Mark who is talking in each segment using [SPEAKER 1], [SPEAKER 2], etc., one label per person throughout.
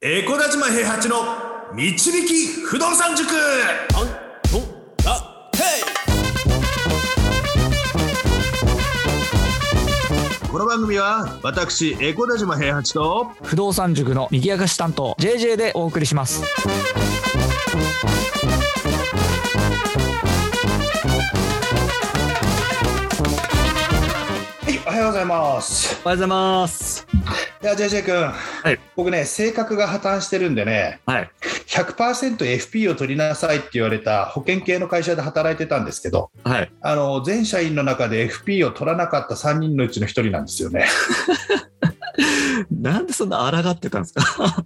[SPEAKER 1] エコダ島平八の導き不動産塾
[SPEAKER 2] アントンラヘ
[SPEAKER 1] この番組は私エコダ島平八と
[SPEAKER 3] 不動産塾の右明かし担当 JJ でお送りします
[SPEAKER 1] はいおはようございます
[SPEAKER 3] おはようございます
[SPEAKER 1] いや JJ 君、
[SPEAKER 3] い
[SPEAKER 1] 僕ね性格が破綻してるんでね
[SPEAKER 3] はい
[SPEAKER 1] 100%FP を取りなさいって言われた保険系の会社で働いてたんですけど
[SPEAKER 3] はい
[SPEAKER 1] あの全社員の中で FP を取らなかった3人のうちの1人なんですよね
[SPEAKER 3] なんでそんな抗ってたんですか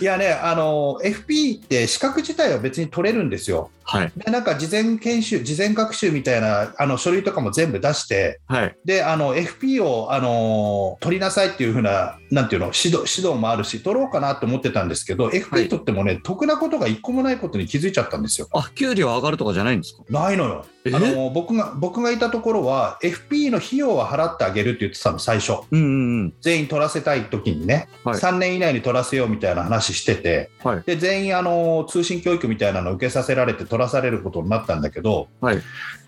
[SPEAKER 1] いやねあの FP って資格自体は別に取れるんですよ
[SPEAKER 3] はい
[SPEAKER 1] でなんか事前研修事前学習みたいなあの書類とかも全部出して
[SPEAKER 3] はい
[SPEAKER 1] であの FP をあの取りなさいっていう風ななんていうの指導指導もあるし取ろうかなと思ってたんですけど、FP 取ってもね得なことが一個もないことに気づいちゃったんですよ。
[SPEAKER 3] あ給料上がるとかじゃないんですか
[SPEAKER 1] ないのよ
[SPEAKER 3] え
[SPEAKER 1] あの僕が僕がいたところは FP の費用は払ってあげるって言ってたの最初
[SPEAKER 3] うんうんうん
[SPEAKER 1] 全員取らせたい時にね、
[SPEAKER 3] はい
[SPEAKER 1] 3年以内に取らせようみたいな話してて、
[SPEAKER 3] はい
[SPEAKER 1] で全員あの通信教育みたいなのを受けさせられて取らされることになったんだけど、
[SPEAKER 3] はい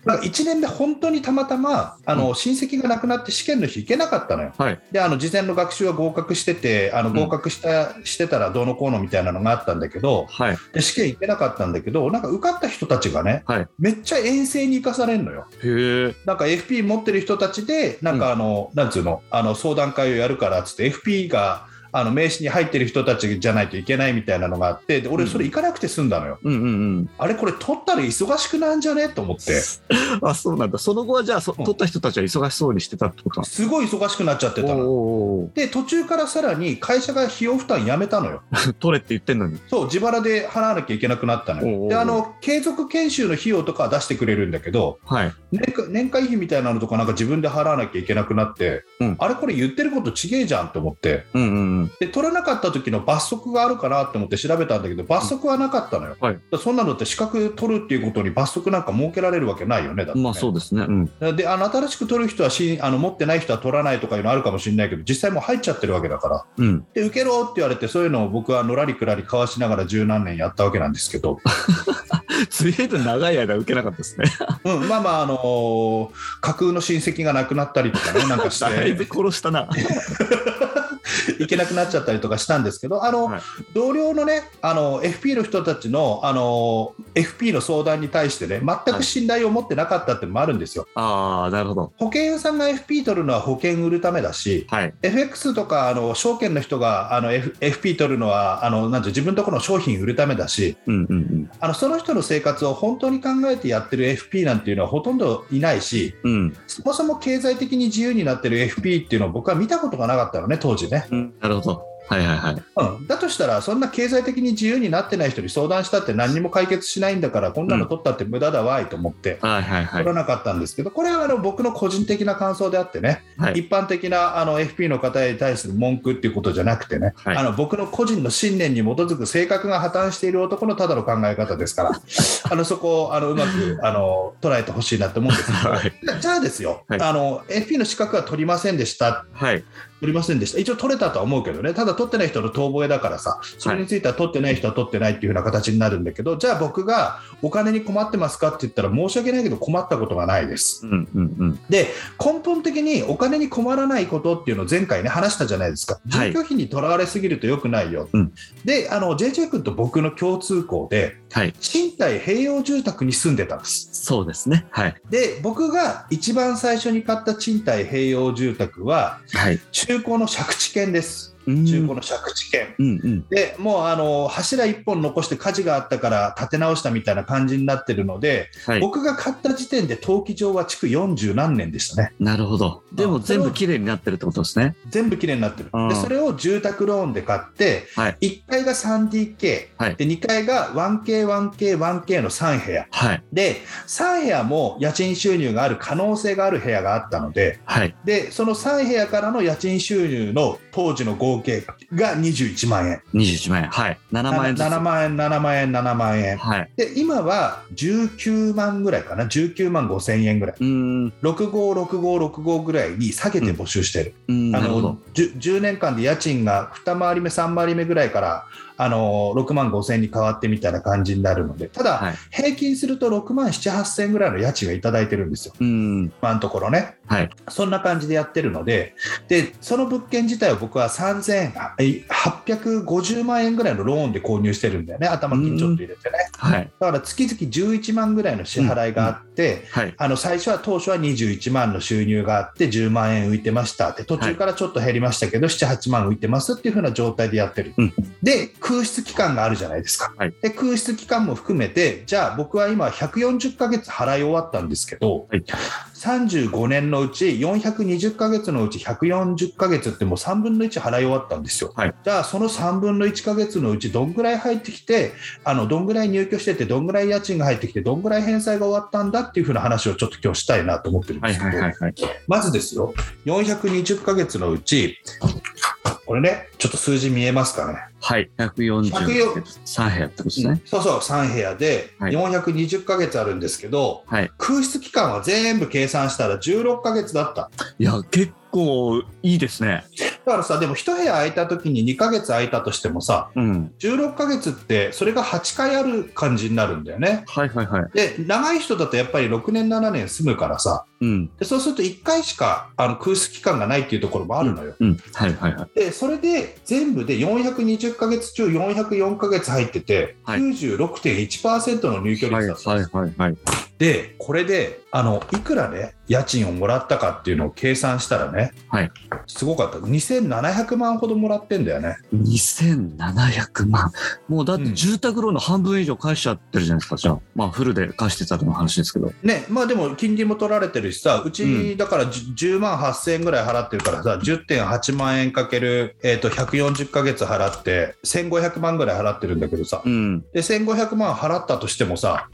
[SPEAKER 1] なんか1年で本当にたまたまあの、親戚が亡くなって試験の日行けなかったのよ。
[SPEAKER 3] はい
[SPEAKER 1] であの事前の学習は合格しててあの
[SPEAKER 3] ん
[SPEAKER 1] 合格した、してたらどうのこうのみたいなのがあったんだけど
[SPEAKER 3] はい
[SPEAKER 1] で試験行けなかったんだけどなんか受かった人たちがね、
[SPEAKER 3] はい
[SPEAKER 1] めっちゃ遠征に行かされるのよ。
[SPEAKER 3] へえ
[SPEAKER 1] なんか FP 持ってる人たちで、なんかあの、なんつうの、あの相談会をやるからっつって、FP があの名刺に入ってる人たちじゃないといけないみたいなのがあって、で俺、
[SPEAKER 3] うん
[SPEAKER 1] それ行かなくて済んだのよ。
[SPEAKER 3] うんうん
[SPEAKER 1] あれ、これ、取ったら忙しくなんじゃねと思って、
[SPEAKER 3] うんあそうなんだその後はじゃあそ
[SPEAKER 1] うん
[SPEAKER 3] 取った人たちは忙しそうにしてたってことなんです
[SPEAKER 1] ごい忙しくなっちゃって
[SPEAKER 3] すか
[SPEAKER 1] たの。
[SPEAKER 3] おー
[SPEAKER 1] で、途中からさらに会社が費用負担やめたのよ。
[SPEAKER 3] 取れって言ってんのに
[SPEAKER 1] そう、自腹で払わなきゃいけなくなったの
[SPEAKER 3] おうお
[SPEAKER 1] よ。
[SPEAKER 3] う
[SPEAKER 1] で、あの、継続研修の費用とかは出してくれるんだけど、
[SPEAKER 3] はい
[SPEAKER 1] 年会年会費みたいなのとかなんか自分で払わなきゃいけなくなって、
[SPEAKER 3] うん
[SPEAKER 1] あれ、これ言ってることちげえじゃんと思って。
[SPEAKER 3] うんうんうん
[SPEAKER 1] で取らなかった時の罰則があるかなと思って調べたんだけど罰則はなかったのよ、
[SPEAKER 3] はい
[SPEAKER 1] だからそんなのって資格取るっていうことに罰則なんか設けられるわけないよねだってね、
[SPEAKER 3] まあそうですねうん
[SPEAKER 1] であの新しく取る人はしあの持ってない人は取らないとかいうのあるかもしれないけど実際もう入っちゃってるわけだから
[SPEAKER 3] うん
[SPEAKER 1] で受けろって言われてそういうのを僕はのらりくらりかわしながら十何年やったわけなんですけ ど、
[SPEAKER 3] ずいぶん長い間受けなかったですね
[SPEAKER 1] うん、まあまあ、あのー架空の親戚が亡くなったりとかねなんかし
[SPEAKER 3] だいぶ
[SPEAKER 1] て
[SPEAKER 3] 殺したな
[SPEAKER 1] 行けなくなっちゃったりとかしたんですけどあの、
[SPEAKER 3] はい
[SPEAKER 1] 同僚のねあの FP の人たちのあの FP の相談に対してね全く信頼を持ってなかったってのもあるんですよ、
[SPEAKER 3] ああなるほど
[SPEAKER 1] 保険屋さんが FP 取るのは保険売るためだし
[SPEAKER 3] はい
[SPEAKER 1] FX とかあの証券の人があの、F、FP 取るのはあのなんていう自分のところの商品売るためだし
[SPEAKER 3] うんうん
[SPEAKER 1] あのその人の生活を本当に考えてやってる FP なんていうのはほとんどいないし
[SPEAKER 3] うんうん
[SPEAKER 1] そもそも経済的に自由になってる FP っていうのを僕は見たことがなかったのね当時ね。
[SPEAKER 3] なるほど。はいはいはい。
[SPEAKER 1] うん、だとしたら、そんな経済的に自由になってない人に相談したって何にも解決しないんだから、こんなの取ったって無駄だわいと思って。
[SPEAKER 3] はいはいは
[SPEAKER 1] 取
[SPEAKER 3] い。
[SPEAKER 1] らなかったんですけど、これはあの僕の個人的な感想であってね、
[SPEAKER 3] はい
[SPEAKER 1] 一般的なあの FP の方に対する文句っていうことじゃなくてね、
[SPEAKER 3] はい
[SPEAKER 1] あの僕の個人の信念に基づく性格が破綻している男のただの考え方です から、あのそこをあのうまくあの捉えてほしいなと思うんですけど、
[SPEAKER 3] はい。
[SPEAKER 1] じゃじゃあですよ、
[SPEAKER 3] はい
[SPEAKER 1] あの FP の資格は取りませんでした
[SPEAKER 3] はい。
[SPEAKER 1] 取りませんでした、一応取れたとは思うけどね、ただ取ってない人の遠吠えだからさ、それについては取ってない人は取ってないっていう風な形になるんだけど、じゃあ僕がお金に困ってますかって言ったら、申し訳ないけど、困ったことがないです。
[SPEAKER 3] うんうんうん。
[SPEAKER 1] で、根本的にお金に困らないことっていうのを前回ね、話したじゃないですか、
[SPEAKER 3] は
[SPEAKER 1] 住
[SPEAKER 3] い
[SPEAKER 1] 居費にとらわれすぎると良くないよ。
[SPEAKER 3] うん
[SPEAKER 1] であの、JJ 君と僕の共通項で、
[SPEAKER 3] はい。
[SPEAKER 1] 賃貸併用住宅に住んでたんです。
[SPEAKER 3] そうですね。はい。
[SPEAKER 1] で、僕が一番最初に買った賃貸併用住宅は、
[SPEAKER 3] はい。
[SPEAKER 1] 中古の借地権です。
[SPEAKER 3] うん
[SPEAKER 1] 中古の借地権。
[SPEAKER 3] うんうん。
[SPEAKER 1] でもうあの柱1本残して火事があったから建て直したみたいな感じになってるので、
[SPEAKER 3] はい。
[SPEAKER 1] 僕が買った時点で登記上は築40何年でしたね
[SPEAKER 3] なるほど。でも
[SPEAKER 1] あそれ
[SPEAKER 3] 全
[SPEAKER 1] は
[SPEAKER 3] 部綺麗になってるってことですね。
[SPEAKER 1] 全部綺麗になってる、
[SPEAKER 3] うん
[SPEAKER 1] でそれを住宅ローンで買って、
[SPEAKER 3] はい
[SPEAKER 1] 1階が 3DK、
[SPEAKER 3] はい
[SPEAKER 1] で2階が 1K1K1K の3部屋
[SPEAKER 3] はい。
[SPEAKER 1] で3部屋も家賃収入がある可能性がある部屋があったので
[SPEAKER 3] はい。
[SPEAKER 1] でその3部屋からの家賃収入の当時の合合計が21万円
[SPEAKER 4] 21万円。はい。7万円ずつ。
[SPEAKER 1] 7万円7万円7万円
[SPEAKER 4] はい。
[SPEAKER 1] で今は19万ぐらいかな19万5千円ぐらいう
[SPEAKER 4] ーん。う
[SPEAKER 1] 656565ぐらいに下げて募集してる、
[SPEAKER 4] ーん。
[SPEAKER 1] あ
[SPEAKER 4] なるほ
[SPEAKER 1] の
[SPEAKER 4] ど。
[SPEAKER 1] 10, 10年間で家賃が2回り目3回り目ぐらいからあの6万5千円に変わってみたいな感じになるのでただ、
[SPEAKER 4] はい。
[SPEAKER 1] 平均すると6万7 8千円ぐらいの家賃がいただいてるんですよ
[SPEAKER 4] うーん。
[SPEAKER 1] 今のところね
[SPEAKER 4] はい。
[SPEAKER 1] そんな感じでやってるのででその物件自体を僕は3850万円ぐらいのローンで購入してるんだよね頭金ちょっと入れてね
[SPEAKER 4] はい。
[SPEAKER 1] だから月々11万ぐらいの支払いがあって、
[SPEAKER 4] はい。
[SPEAKER 1] あの最初は当初は21万の収入があって10万円浮いてましたって途中からちょっと減りましたけど、78万浮いてますっていう風な状態でやってる、
[SPEAKER 4] うん
[SPEAKER 1] で空室期間があるじゃないですか、
[SPEAKER 4] はい
[SPEAKER 1] で空室期間も含めてじゃあ僕は今140ヶ月払い終わったんですけど、
[SPEAKER 4] はい
[SPEAKER 1] 35年のうち420ヶ月のうち140ヶ月ってもう3分の1払い終わったんですよ、
[SPEAKER 4] はい
[SPEAKER 1] じゃあその3分の1ヶ月のうちどんぐらい入ってきてあのどんぐらい入居しててどんぐらい家賃が入ってきてどんぐらい返済が終わったんだっていう風な話をちょっと今日したいなと思ってるん
[SPEAKER 4] は
[SPEAKER 1] で
[SPEAKER 4] い。
[SPEAKER 1] すけど、
[SPEAKER 4] はい。はい。はい。
[SPEAKER 1] まずですよ420ヶ月のうちこれねちょっと数字見えますかね
[SPEAKER 4] はい。140。3部屋ってことですね。
[SPEAKER 1] そうそう3部屋で
[SPEAKER 4] はい
[SPEAKER 1] 420ヶ月あるんですけど、
[SPEAKER 4] はい
[SPEAKER 1] 空室期間は全部計算したら16ヶ月だった
[SPEAKER 4] いや、結構いいですね。
[SPEAKER 1] だからさでも1部屋空いた時に2ヶ月空いたとしてもさ
[SPEAKER 4] うん。
[SPEAKER 1] 16ヶ月ってそれが8回ある感じになるんだよね
[SPEAKER 4] はい。はい。はい。
[SPEAKER 1] で長い人だとやっぱり6年7年住むからさ
[SPEAKER 4] うん。
[SPEAKER 1] でそうすると1回しかあの空室期間がないっていうところもあるのよ、
[SPEAKER 4] うん。はい。はい。はい。
[SPEAKER 1] でそれで全部で420ヶ月中404ヶ月入ってて、
[SPEAKER 4] はい
[SPEAKER 1] 96.1%の入居率だ
[SPEAKER 4] は
[SPEAKER 1] っ
[SPEAKER 4] い。
[SPEAKER 1] たんですよ
[SPEAKER 4] はい。はい。はい。
[SPEAKER 1] でこれであのいくらね家賃をもらったかっていうのを計算したらね、
[SPEAKER 4] はい
[SPEAKER 1] すごかった2700万ほどもらってんだよね
[SPEAKER 4] 2700万。もうだっ
[SPEAKER 1] う
[SPEAKER 4] て
[SPEAKER 1] ん
[SPEAKER 4] 住宅ローンの半分以上返しちゃってるじゃないですか、じゃあ。まあフルで返してたとの話ですけど。
[SPEAKER 1] ねまあでも金利も取られてるしさう
[SPEAKER 4] う
[SPEAKER 1] ちだから10万8000円ぐらい払ってるからさ10.8万円かける、えー、と140ヶ月払って1500万ぐらい払ってるんだけどさ
[SPEAKER 4] うん。
[SPEAKER 1] で1500万払ったとしてもさ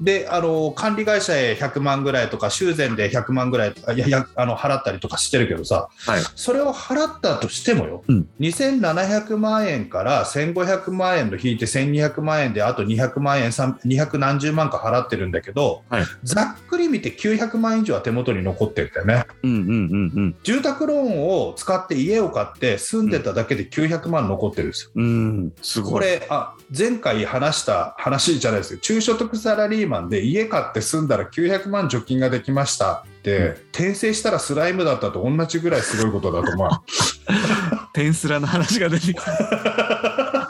[SPEAKER 1] であの管理会社へ100万ぐらいとか修繕で100万ぐらいいやいやあの払ったりとかしてるけどさ、
[SPEAKER 4] はい
[SPEAKER 1] それを払ったとしてもよ、
[SPEAKER 4] うん
[SPEAKER 1] 2700万円から1500万円の引いて1200万円であと200万円3 200何十万か払ってるんだけど、
[SPEAKER 4] はい
[SPEAKER 1] ざっくり見て900万円以上は手元に残ってるんだよね
[SPEAKER 4] うんうんうん
[SPEAKER 1] 住宅ローンを使って家を買って住んでただけで900万残ってるんですよ
[SPEAKER 4] うん。うん。すごい。
[SPEAKER 1] これあ前回話した話じゃないですけど中所得サラリーマンで家買って住んだら900万貯金ができましたって、転生したらスライムだったと同じぐらいすごいことだと思う
[SPEAKER 4] テンスラの話が出てきた。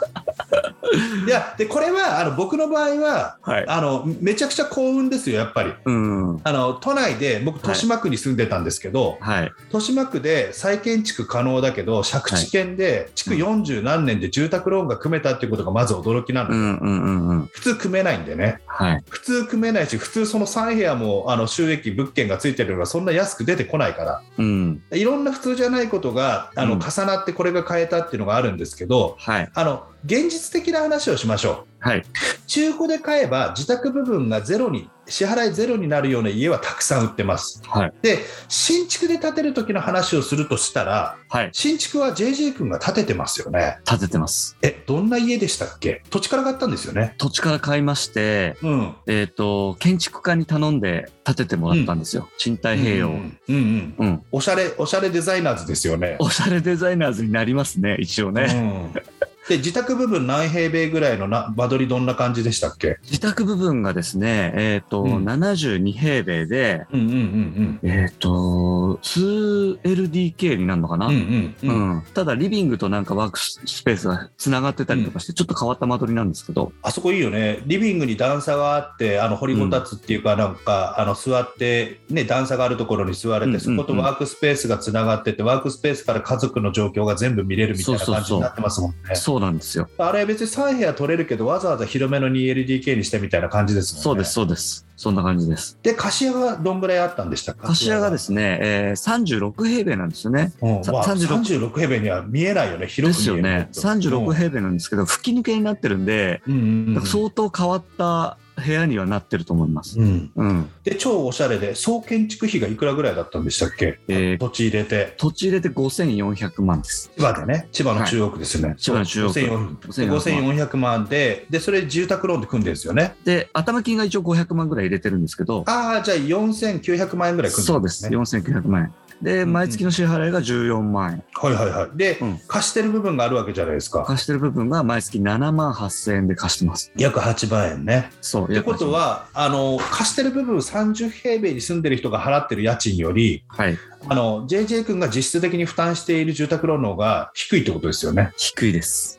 [SPEAKER 1] いやでこれはあの僕の場合は
[SPEAKER 4] はい。
[SPEAKER 1] あのめちゃくちゃ幸運ですよやっぱり。
[SPEAKER 4] うん。
[SPEAKER 1] あの都内で僕豊島区に住んでたんですけど、
[SPEAKER 4] はい。
[SPEAKER 1] 豊島区で再建築可能だけど借地権で築40何年で住宅ローンが組めたっていうことがまず驚きなの、
[SPEAKER 4] うんうんうんうん。
[SPEAKER 1] 普通組めないんでね
[SPEAKER 4] はい。
[SPEAKER 1] 普通組めないし普通その3部屋もあの収益物件がついてるのがそんな安く出てこないか
[SPEAKER 4] うん。
[SPEAKER 1] らいろんな普通じゃないことがあの、
[SPEAKER 4] うん
[SPEAKER 1] 重なってこれが変えたっていうのがあるんですけど
[SPEAKER 4] はい。
[SPEAKER 1] あの現実的な話をしましょ
[SPEAKER 4] はい。
[SPEAKER 1] う中古で買えば自宅部分がゼロに支払いゼロになるような家はたくさん売ってます
[SPEAKER 4] はい。
[SPEAKER 1] で新築で建てる時の話をするとしたら
[SPEAKER 4] はい。
[SPEAKER 1] 新築は JJ 君が建ててますよね
[SPEAKER 4] 建ててます。
[SPEAKER 1] えどんな家でしたっけ土地から買ったんですよね
[SPEAKER 4] 土地から買いまして、
[SPEAKER 1] うん
[SPEAKER 4] えっ、と、建築家に頼んで建ててもらったんですよ。賃貸併用。
[SPEAKER 1] う
[SPEAKER 4] うんん、
[SPEAKER 1] うんうんおしゃれおしゃれデザイナーズですよね。
[SPEAKER 4] おしゃれデザイナーズになりますね、一応ね。
[SPEAKER 1] うんで自宅部分何平米ぐらいのな間取りどんな感じでしたっけ？
[SPEAKER 4] 自宅部分がですね、えっ、と、
[SPEAKER 1] うん
[SPEAKER 4] 72平米で、
[SPEAKER 1] うんうんうん
[SPEAKER 4] えっ、と、2LDK になるのかな、
[SPEAKER 1] うんうんうんうん。
[SPEAKER 4] うんただリビングとなんかワークスペースがつながってたりとかして、ちょっと変わった間取りなんですけど、
[SPEAKER 1] あそこいいよね。リビングに段差があってあの掘りごたつっていうかなんか、あの座ってね段差があるところに座れ
[SPEAKER 4] うんうん
[SPEAKER 1] て
[SPEAKER 4] うん
[SPEAKER 1] そことワークスペースがつながっててワークスペースから家族の状況が全部見れるみたいな
[SPEAKER 4] そうそうそう
[SPEAKER 1] 感じになってますもんね。
[SPEAKER 4] そうなんですよ。
[SPEAKER 1] あれ別に3部屋取れるけどわざわざ広めの 2LDK にしてみたいな感じですもんね。
[SPEAKER 4] そうです、。そうです。そんな感じです。
[SPEAKER 1] で貸し家がどんぐらいあったんでしたか？
[SPEAKER 4] 貸家がですね、えー36平米なんですよね。
[SPEAKER 1] うん
[SPEAKER 4] さ
[SPEAKER 1] まあ、
[SPEAKER 4] 36
[SPEAKER 1] 36平米には見えないよね、
[SPEAKER 4] で
[SPEAKER 1] 広
[SPEAKER 4] す
[SPEAKER 1] く
[SPEAKER 4] よ
[SPEAKER 1] 見える
[SPEAKER 4] ね。36平米なんですけど、吹き抜けになってるんで、
[SPEAKER 1] うんうんうん
[SPEAKER 4] なんか相当変わった部屋にはなってると思います。
[SPEAKER 1] うん、
[SPEAKER 4] うん。
[SPEAKER 1] で超おしゃれで総建築費がいくらぐらいだったんでしたっけ、
[SPEAKER 4] えー
[SPEAKER 1] 土地入れて
[SPEAKER 4] 土地入れて5400万です。
[SPEAKER 1] 千葉でね千葉の中央区ですよね、
[SPEAKER 4] 千葉の中央区
[SPEAKER 1] 5400 5400万ででそれ住宅ローンで組んでるんですよね
[SPEAKER 4] で、頭金が一応500万ぐらい入れてるんですけど、
[SPEAKER 1] ああじゃあ4900万円ぐらい組んで
[SPEAKER 4] そ
[SPEAKER 1] る
[SPEAKER 4] うんで。
[SPEAKER 1] ですすね
[SPEAKER 4] 4900万円。
[SPEAKER 1] うん
[SPEAKER 4] で、
[SPEAKER 1] うん
[SPEAKER 4] 毎月の支払いが14万円。
[SPEAKER 1] はいはいはいで、
[SPEAKER 4] うん
[SPEAKER 1] 貸してる部分があるわけじゃないですか
[SPEAKER 4] 貸してる部分が毎月7万8000円で貸してます。
[SPEAKER 1] 約8万円ね
[SPEAKER 4] そう。
[SPEAKER 1] ってことはあの貸してる部分30平米に住んでる人が払ってる家賃より
[SPEAKER 4] 約8万、はい。
[SPEAKER 1] あの JJ 君が実質的に負担している住宅ローンの方が低いってことですよね。
[SPEAKER 4] 低いです。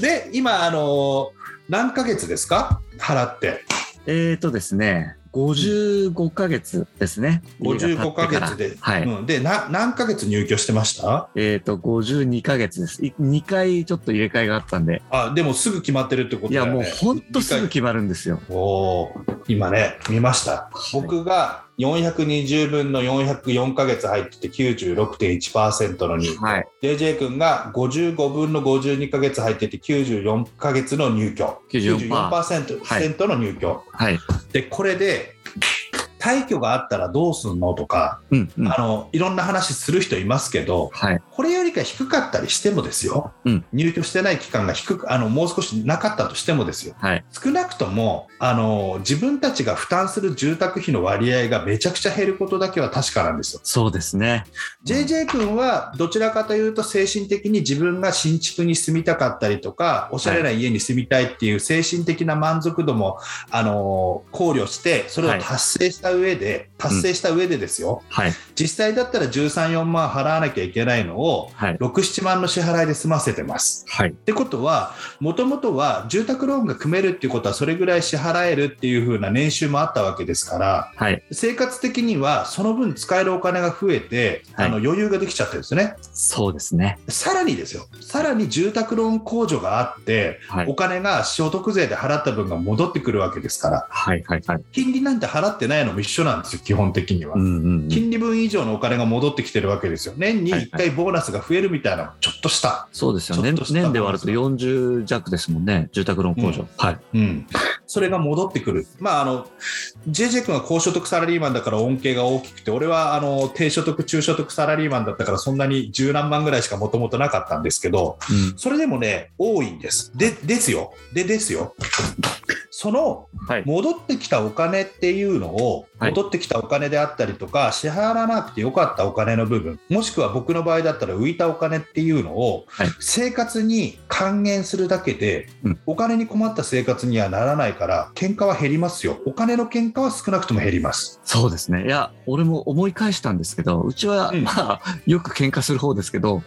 [SPEAKER 1] で今あの何ヶ月ですか払って
[SPEAKER 4] えーとですね、55ヶ月ですね。
[SPEAKER 1] 55ヶ月で、
[SPEAKER 4] はい。
[SPEAKER 1] うん、でな何ヶ月入居してました
[SPEAKER 4] えっ、と、52ヶ月です。い2回ちょっと入れ替えがあったんで、
[SPEAKER 1] あでもすぐ決まってるってこと
[SPEAKER 4] い
[SPEAKER 1] だ
[SPEAKER 4] や、
[SPEAKER 1] よね
[SPEAKER 4] もうほんとすぐ決まるんですよ。
[SPEAKER 1] おー今ね見ました僕が420分の404ヶ月入ってて96.1%の入居、
[SPEAKER 4] はい。
[SPEAKER 1] JJ 君が55分の52ヶ月入ってて94ヶ月の入居
[SPEAKER 4] 94%
[SPEAKER 1] 94%, の入居、
[SPEAKER 4] はい。
[SPEAKER 1] でこれで退去があったらどうすんのとか、
[SPEAKER 4] うん、うん。
[SPEAKER 1] あのいろんな話する人いますけど
[SPEAKER 4] はい。
[SPEAKER 1] これよりか低かったりしてもですよ、
[SPEAKER 4] うん
[SPEAKER 1] 入居してない期間が低くあのもう少しなかったとしてもですよ
[SPEAKER 4] はい。
[SPEAKER 1] 少なくともあの自分たちが負担する住宅費の割合がめちゃくちゃ減ることだけは確かなんですよ。
[SPEAKER 4] そうですね。
[SPEAKER 1] JJ 君はどちらかというと精神的に自分が新築に住みたかったりとかおしゃれな家に住みたいっていう精神的な満足度も、あの考慮してそれを達成した上で、達成した上でですよ、
[SPEAKER 4] はい。
[SPEAKER 1] 実際だったら134万払わなきゃいけないのを
[SPEAKER 4] はい。
[SPEAKER 1] 67万の支払いで済ませてます。
[SPEAKER 4] はい。
[SPEAKER 1] ってことは、もともとは住宅ローンが組めるっていうことは、それぐらい支払えるっていう風な年収もあったわけですから、
[SPEAKER 4] はい。
[SPEAKER 1] 生活的にはその分使えるお金が増えて、
[SPEAKER 4] はい
[SPEAKER 1] あの余裕ができちゃってるんですね。
[SPEAKER 4] そうですね。
[SPEAKER 1] さらにですよ、さらに住宅ローン控除があって、
[SPEAKER 4] はい
[SPEAKER 1] お。金が所得税で払った分が戻ってくるわけですから、
[SPEAKER 4] はい。はい。はい。
[SPEAKER 1] 金利なんて払ってないのも一緒なんですよ、基本的には。
[SPEAKER 4] うんうんうん。
[SPEAKER 1] 金利分以上のお金が戻ってきてるわけですよ。年に1
[SPEAKER 4] はい
[SPEAKER 1] 回ボーナスが増えるみたいな、ちょっとした
[SPEAKER 4] そうですよ
[SPEAKER 1] ちょ
[SPEAKER 4] ね。
[SPEAKER 1] っとした
[SPEAKER 4] 年で割ると40弱ですもんね。住宅ローン控除。
[SPEAKER 1] う
[SPEAKER 4] はい。
[SPEAKER 1] うん、それが戻ってくる、まあ、あの JJ 君は高所得サラリーマンだから恩恵が大きくて俺はあの低所得中所得サラリーマンだったからそんなに十何万ぐらいしかもともとなかったんですけど
[SPEAKER 4] うん
[SPEAKER 1] それでもね多いんですでですよでですよその
[SPEAKER 4] はい。
[SPEAKER 1] 戻ってきたお金っていうのを
[SPEAKER 4] はい
[SPEAKER 1] 戻ってきたお金であったりとか支払わなくてよかったお金の部分もしくは僕の場合だったら浮いたお金っていうのを
[SPEAKER 4] はい
[SPEAKER 1] 生活に還元するだけで
[SPEAKER 4] うん
[SPEAKER 1] お金に困った生活にはならないから喧嘩は減りますよお金の喧嘩は少なくとも減ります
[SPEAKER 4] そうですね。いや、俺も思い返したんですけど、うちは、
[SPEAKER 1] うん
[SPEAKER 4] まあ、よく喧嘩する方ですけど、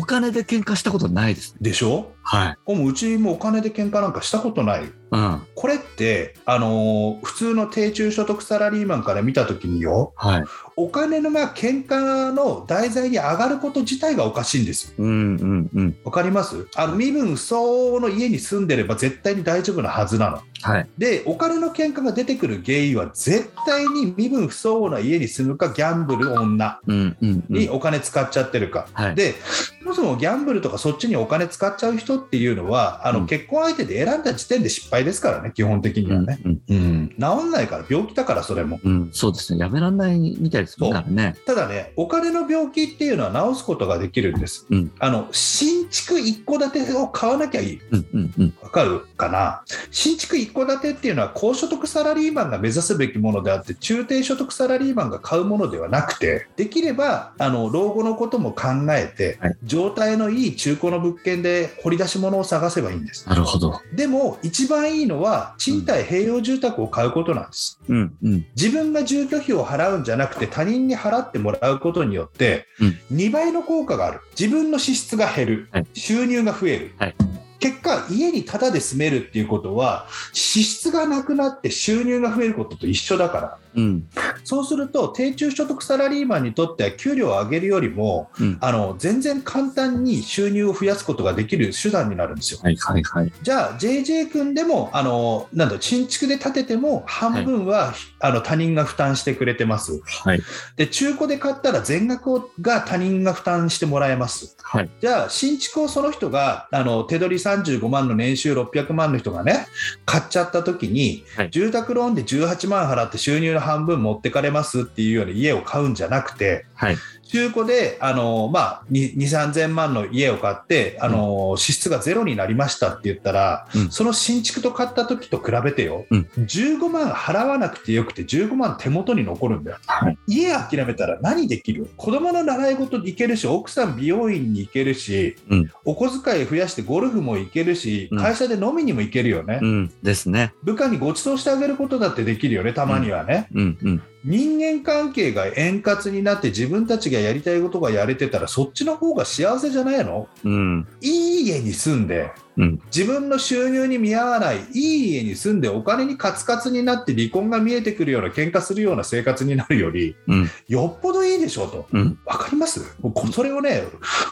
[SPEAKER 4] お金で喧嘩したことないですね。
[SPEAKER 1] でしょ
[SPEAKER 4] はい。
[SPEAKER 1] これもうちもお金で喧嘩なんかしたことない
[SPEAKER 4] うん。
[SPEAKER 1] これって、あのー普通の低中所得サラリーマンから見た時によ
[SPEAKER 4] はい。
[SPEAKER 1] お金のまあ喧嘩の題材に上がること自体がおかしいんですよ
[SPEAKER 4] うんうんうん。
[SPEAKER 1] わかりますあの身分相応の家に住んでれば絶対に大丈夫なはずなの。
[SPEAKER 4] はい。
[SPEAKER 1] で、お金の喧嘩が出てくる原因は絶対に身分不相応な家に住むか、ギャンブル女
[SPEAKER 4] うんうん、う
[SPEAKER 1] に
[SPEAKER 4] ん。
[SPEAKER 1] お金使っちゃってるか。
[SPEAKER 4] はい。
[SPEAKER 1] で、そもそもギャンブルとかそっちにお金使っちゃう人っていうのは、あ
[SPEAKER 4] う
[SPEAKER 1] の
[SPEAKER 4] ん
[SPEAKER 1] 結婚相手で選んだ時点で失敗ですからね、基本的にはね。
[SPEAKER 4] うん
[SPEAKER 1] うん、治んないから、病気だから、それも。
[SPEAKER 4] うん、うんそうですね。やめらんないみたいですね。
[SPEAKER 1] そう
[SPEAKER 4] だからね。
[SPEAKER 1] ただね、お金の病気っていうのは治すことができるんです。
[SPEAKER 4] うん
[SPEAKER 1] あの新築一戸建てを買わなきゃいい。
[SPEAKER 4] うんうんうん。
[SPEAKER 1] わかるかな新築一戸建てっていうのは高所得サラリーマンが目指すべきものであって中低所得サラリーマンが買うものではなくてできればあの老後のことも考えて、
[SPEAKER 4] はい
[SPEAKER 1] 状態のいい中古の物件で掘り出し物を探せばいいんです
[SPEAKER 4] なるほど。
[SPEAKER 1] でも一番いいのは賃貸併用住宅を買うことなんです
[SPEAKER 4] うんうん。
[SPEAKER 1] 自分が住居費を払うんじゃなくて他人に払ってもらうことによって
[SPEAKER 4] うん
[SPEAKER 1] 2倍の効果がある自分の支出が減る、
[SPEAKER 4] はい
[SPEAKER 1] 収入が増える、
[SPEAKER 4] はい
[SPEAKER 1] 結果家にタダで住めるっていうことは支出がなくなって収入が増えることと一緒だから
[SPEAKER 4] うん。
[SPEAKER 1] そうすると、低中所得サラリーマンにとっては給料を上げるよりも、
[SPEAKER 4] うん。
[SPEAKER 1] あの全然簡単に収入を増やすことができる手段になるんですよ。
[SPEAKER 4] はいはいはい。
[SPEAKER 1] じゃあ、JJ 君でも、あのなんだ新築で建てても、半分は、あの他人が負担してくれてます。
[SPEAKER 4] はい。
[SPEAKER 1] で、中古で買ったら全額をが他人が負担してもらえます。
[SPEAKER 4] はい。
[SPEAKER 1] じゃあ、新築をその人が、あの手取り35万の年収600万の人がね、買っちゃった時に、
[SPEAKER 4] はい
[SPEAKER 1] 住宅ローンで18万払って収入の半分持ってかれますっていうような家を買うんじゃなくて、
[SPEAKER 4] はい。
[SPEAKER 1] 中古で、あのまあ、2、3000万の家を買って、あの支出がゼロになりましたって言ったら、
[SPEAKER 4] うん
[SPEAKER 1] その新築と買った時と比べてよ、
[SPEAKER 4] うん
[SPEAKER 1] 15万払わなくてよくて、15万手元に残るんだよ。
[SPEAKER 4] はい
[SPEAKER 1] 家諦めたら何できる子供の習い事行けるし、奥さん美容院に行けるし、
[SPEAKER 4] うん
[SPEAKER 1] お小遣い増やしてゴルフも行けるし、
[SPEAKER 4] うん
[SPEAKER 1] 会社で飲みにも行けるよね、
[SPEAKER 4] うん。ですね。
[SPEAKER 1] 部下にご馳走してあげることだってできるよね、たまにはね。
[SPEAKER 4] うんうん。
[SPEAKER 1] 人間関係が円滑になって自分たちがやりたいことがやれてたらそっちの方が幸せじゃないの
[SPEAKER 4] うん。
[SPEAKER 1] いい家に住んで、
[SPEAKER 4] うん
[SPEAKER 1] 自分の収入に見合わないいい家に住んでお金にカツカツになって離婚が見えてくるような喧嘩するような生活になるより
[SPEAKER 4] うん。
[SPEAKER 1] よっぽどいいでしょうと
[SPEAKER 4] うん。
[SPEAKER 1] 分かりますもうこそれをね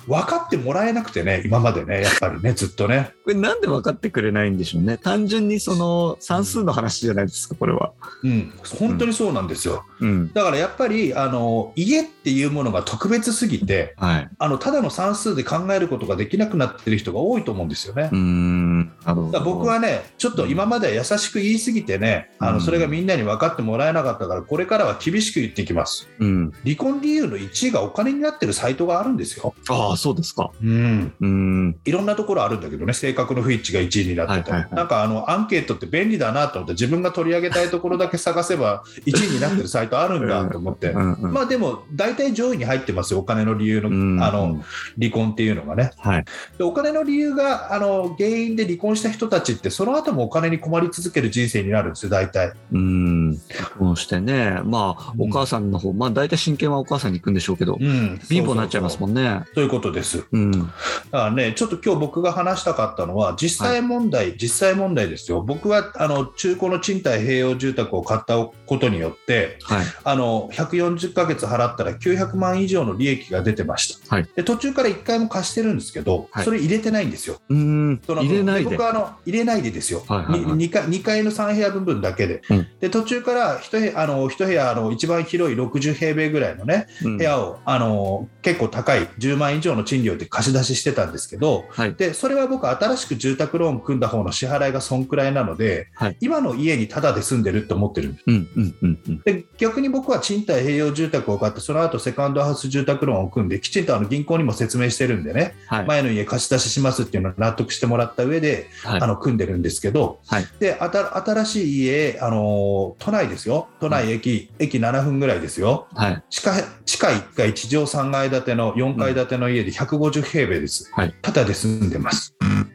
[SPEAKER 1] 分かってもらえなくてね今までねやっぱりねずっとね
[SPEAKER 4] これなんで分かってくれないんでしょうね。単純にその算数の話じゃないですか、これは。
[SPEAKER 1] うん本当にそうなんですよ
[SPEAKER 4] うん。
[SPEAKER 1] だからやっぱりあの家っていうものが特別すぎて
[SPEAKER 4] はい。
[SPEAKER 1] あのただの算数で考えることができなくなってる人が多いと思うんですよね。
[SPEAKER 4] うーん。なるほ
[SPEAKER 1] だか
[SPEAKER 4] ど。
[SPEAKER 1] ら僕はね、ちょっと今までは優しく言いすぎてね、あ
[SPEAKER 4] う
[SPEAKER 1] の
[SPEAKER 4] ん
[SPEAKER 1] それがみんなに分かってもらえなかったから、これからは厳しく言っていきます。
[SPEAKER 4] うん。
[SPEAKER 1] 離婚理由の1位がお金になってるサイトがあるんですよ。
[SPEAKER 4] ああ、そうですか。
[SPEAKER 1] うん、
[SPEAKER 4] うーん。
[SPEAKER 1] いろんなところあるんだけどね、性格の不一致が1位になってて、
[SPEAKER 4] はいはいはい
[SPEAKER 1] なんかあのアンケートって便利だなと思って、自分が取り上げたいところだけ探せば、1位になってるサイトあるんだと思って
[SPEAKER 4] う。んうん。
[SPEAKER 1] まあでも大体上位に入ってますよ、お金の理由の,、
[SPEAKER 4] うん
[SPEAKER 1] あの、離婚っていうのがね。
[SPEAKER 4] はい。
[SPEAKER 1] でお金の理由があの原因で離婚した人たちってその後もお金に困り続ける人生になるんですよ大体
[SPEAKER 4] うん。こうしてね、まあ、
[SPEAKER 1] うん
[SPEAKER 4] お母さんの方、まあ、大体親権はお母さんに行くんでしょうけど、
[SPEAKER 1] ん
[SPEAKER 4] 貧乏になっちゃいますも
[SPEAKER 1] ん
[SPEAKER 4] んね。
[SPEAKER 1] ということです
[SPEAKER 4] うん。
[SPEAKER 1] だからねちょっと今日僕が話したかったのは実際問題、実際問題ですよ僕はあの中古の賃貸併用住宅を買ったことによって
[SPEAKER 4] はい。
[SPEAKER 1] あの140ヶ月払ったら900万以上の利益が出てました、
[SPEAKER 4] はい
[SPEAKER 1] で途中から1回も貸してるんですけど、
[SPEAKER 4] はい
[SPEAKER 1] それ入れてないんですよ
[SPEAKER 4] うーん。
[SPEAKER 1] その
[SPEAKER 4] 入れないで。
[SPEAKER 1] 僕はあの入れないでですよ、
[SPEAKER 4] はいはいはい
[SPEAKER 1] に 2, 階2階の3部屋分分だけで、
[SPEAKER 4] うん
[SPEAKER 1] で途中から一部あの一部屋あの、一番広い60平米ぐらいの、ね、
[SPEAKER 4] うん
[SPEAKER 1] 部屋を、あの結構高い10万円以上の賃料で貸し出ししてたんですけど、
[SPEAKER 4] はい。
[SPEAKER 1] でそれは僕、新しく住宅ローン組んだ方の支払いがそんくらいなので、
[SPEAKER 4] はい
[SPEAKER 1] 今の家にタダで住んでるって思ってるんです。
[SPEAKER 4] うんうんうんうん。
[SPEAKER 1] で逆に僕は賃貸併用住宅を買って、その後セカンドハウス住宅ローンを組んで、きちんとあの銀行にも説明してるんでね、
[SPEAKER 4] はい。
[SPEAKER 1] 前の家貸し出ししますっていうのを納得してもらった上で、
[SPEAKER 4] はい
[SPEAKER 1] あの組んでるんですけど、
[SPEAKER 4] はい
[SPEAKER 1] であた新しい家、あのー都内ですよ、都内駅、駅7分ぐらいですよ、
[SPEAKER 4] はい。
[SPEAKER 1] 地下地下1階、地上3階建ての4階建ての家で150平米です、
[SPEAKER 4] はい
[SPEAKER 1] ただで住んでます、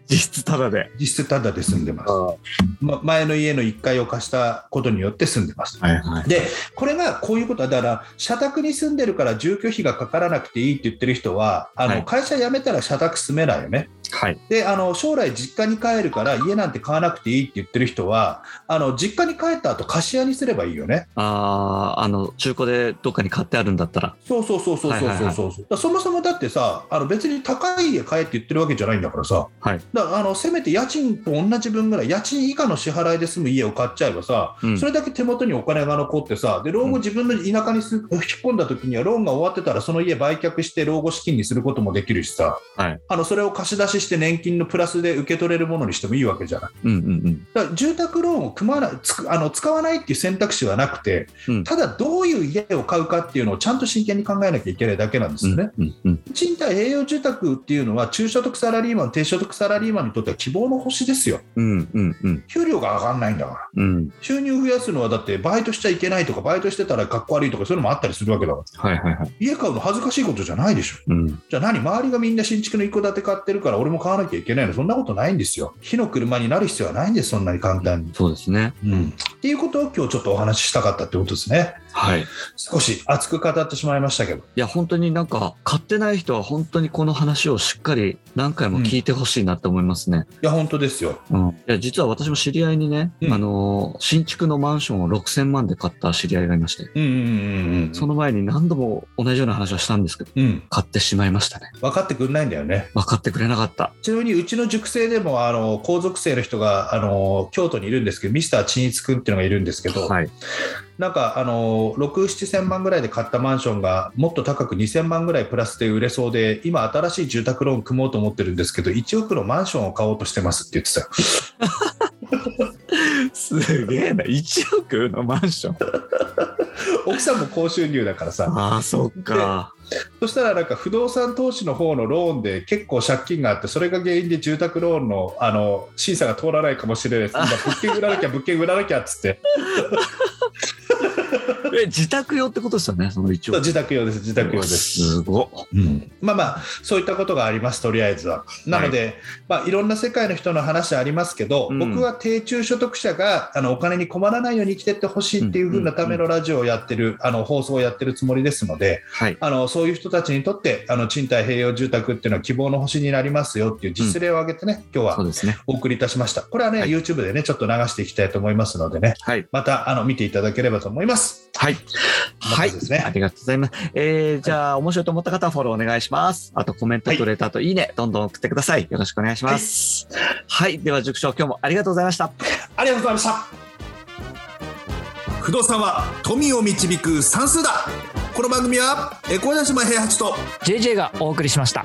[SPEAKER 4] 実質ただで。
[SPEAKER 1] 実質ただで住んでます、
[SPEAKER 4] は
[SPEAKER 1] ま、前の家の1階を貸したことによって住んでます。
[SPEAKER 4] いはい。
[SPEAKER 1] でこれがこういうことだから社宅に住んでるから住居費がかからなくていいって言ってる人はあの、
[SPEAKER 4] はい
[SPEAKER 1] 会社辞めたら社宅住めないよね
[SPEAKER 4] はい。
[SPEAKER 1] であの将来、実家に帰るから家なんて買わなくていいって言ってる人はあの実家に帰った後貸し家にすればいいよね。
[SPEAKER 4] ああ、あの、中古でどっかに買ってあるんだったら。
[SPEAKER 1] そうそうそうそうそうそうそう、
[SPEAKER 4] はいはい
[SPEAKER 1] だからそもそもだってさあの別に高い家買えって言ってるわけじゃないんだからさ、
[SPEAKER 4] はい
[SPEAKER 1] だからあのせめて家賃と同じ分ぐらい家賃以下の支払いで住む家を買っちゃえばさ、
[SPEAKER 4] うん
[SPEAKER 1] それだけ手元にお金が残ってさで老後、
[SPEAKER 4] うん
[SPEAKER 1] 自分の田舎にす引っ込んだ時にはローンが終わってたらその家売却して老後資金にすることもできるしさ、
[SPEAKER 4] はい
[SPEAKER 1] あのそれを貸し出しして年金のプラスで受け取れるものにしてもいいわけじゃない。
[SPEAKER 4] うんうん
[SPEAKER 1] だから住宅ローンを組まないつくあの使わないっていう選択肢はなくて、
[SPEAKER 4] うん
[SPEAKER 1] ただどういう家を買うかっていうのをちゃんと真剣に考えなきゃいけないだけなんです
[SPEAKER 4] うん。
[SPEAKER 1] よね。
[SPEAKER 4] うんうん
[SPEAKER 1] 賃貸栄養住宅っていうのは、中所得サラリーマン、低所得サラリーマンにとっては希望の星ですよ、
[SPEAKER 4] うんうんうん
[SPEAKER 1] 給料が上がらないんだから、
[SPEAKER 4] うん。
[SPEAKER 1] 収入増やすのはだって、バイトしちゃいけないとか、バイトしてたらかっこ悪いとか、そういうのもあったりするわけだから、
[SPEAKER 4] はいはいはい。
[SPEAKER 1] 家買うの恥ずかしいことじゃないでしょ、
[SPEAKER 4] うん。
[SPEAKER 1] じゃあ何、周りがみんな新築の一戸建て買ってるから、俺も買わなきゃいけないの、そんなことないんですよ、火の車になる必要はないんです、そんなに簡単に。
[SPEAKER 4] そうですね。
[SPEAKER 1] うん、っていうことを今日ちょっとお話ししたかったってことですね。
[SPEAKER 4] はい。い
[SPEAKER 1] 少し熱く語ってしまいましたけど、
[SPEAKER 4] や、本当になんか、買ってない人は本当にこの話をしっかり何回も聞いてほしいなって思いますね。
[SPEAKER 1] いや、本当ですよ。
[SPEAKER 4] うん。いや、実は私も知り合いにね、
[SPEAKER 1] うん
[SPEAKER 4] あのー、新築のマンションを6000万で買った知り合いがいまして、
[SPEAKER 1] うんうんうんうん。
[SPEAKER 4] その前に何度も同じような話はしたんですけど、
[SPEAKER 1] うん、
[SPEAKER 4] 買ってしまいましたね。
[SPEAKER 1] 分かってくんないんだよね。
[SPEAKER 4] 分かってくれなかった。
[SPEAKER 1] ちなみにうちの塾生でもあの皇族生の人があの京都にいるんですけどミスター陳一君っていうのがいるんですけど、
[SPEAKER 4] はい。
[SPEAKER 1] なんかあの6、7千万ぐらいで買ったマンションがもっと高く2000万ぐらいプラスで売れそうで今、新しい住宅ローン組もうと思ってるんですけど1億のマンションを買おうとしてますって言ってたよ。
[SPEAKER 4] すげえな。1億のマンション。
[SPEAKER 1] 奥さんも高収入だからさ
[SPEAKER 4] ああ、そっか。
[SPEAKER 1] そしたらなんか不動産投資の方のローンで結構借金があってそれが原因で住宅ローンのあの審査が通らないかもし れないです今物件売らなきゃ物件売らなきゃっつ って
[SPEAKER 4] え、自宅用ってことですよね、その1億。
[SPEAKER 1] 自宅用です自宅用です。
[SPEAKER 4] すごっ。
[SPEAKER 1] うん、まあまあそういったことがありますとりあえずは。なので、いまあ、いろんな世界の人の話ありますけど、
[SPEAKER 4] うん
[SPEAKER 1] 僕は低中所得者があのお金に困らないように生きてってほしいっていう風なためのラジオをやってる、あの放送をやってるつもりですので
[SPEAKER 4] はい。
[SPEAKER 1] あのそういう人たちにとってあの賃貸併用住宅っていうのは希望の星になりますよっていう実例を挙げてね、今日
[SPEAKER 4] そう
[SPEAKER 1] は
[SPEAKER 4] ですね。
[SPEAKER 1] お送りいたしましたこれはね、
[SPEAKER 4] はい
[SPEAKER 1] YouTube でねちょっと流していきたいと思いますのでね
[SPEAKER 4] はい。
[SPEAKER 1] またあの見ていただければと思います。
[SPEAKER 4] はい。
[SPEAKER 1] ま
[SPEAKER 4] はい
[SPEAKER 1] ずですね
[SPEAKER 4] ありがとうございます。えー、じゃあ、面白いと思った方はフォローお願いします。あと、コメント
[SPEAKER 1] はい
[SPEAKER 4] とレターといいね、どんどん送ってください。よろしくお願いします。はい。では、塾長、今日もありがとうございました。
[SPEAKER 1] ありがとうございました
[SPEAKER 2] 不動産は富を導く算数だこの番組はえ小林真平八と
[SPEAKER 3] JJ がお送りしました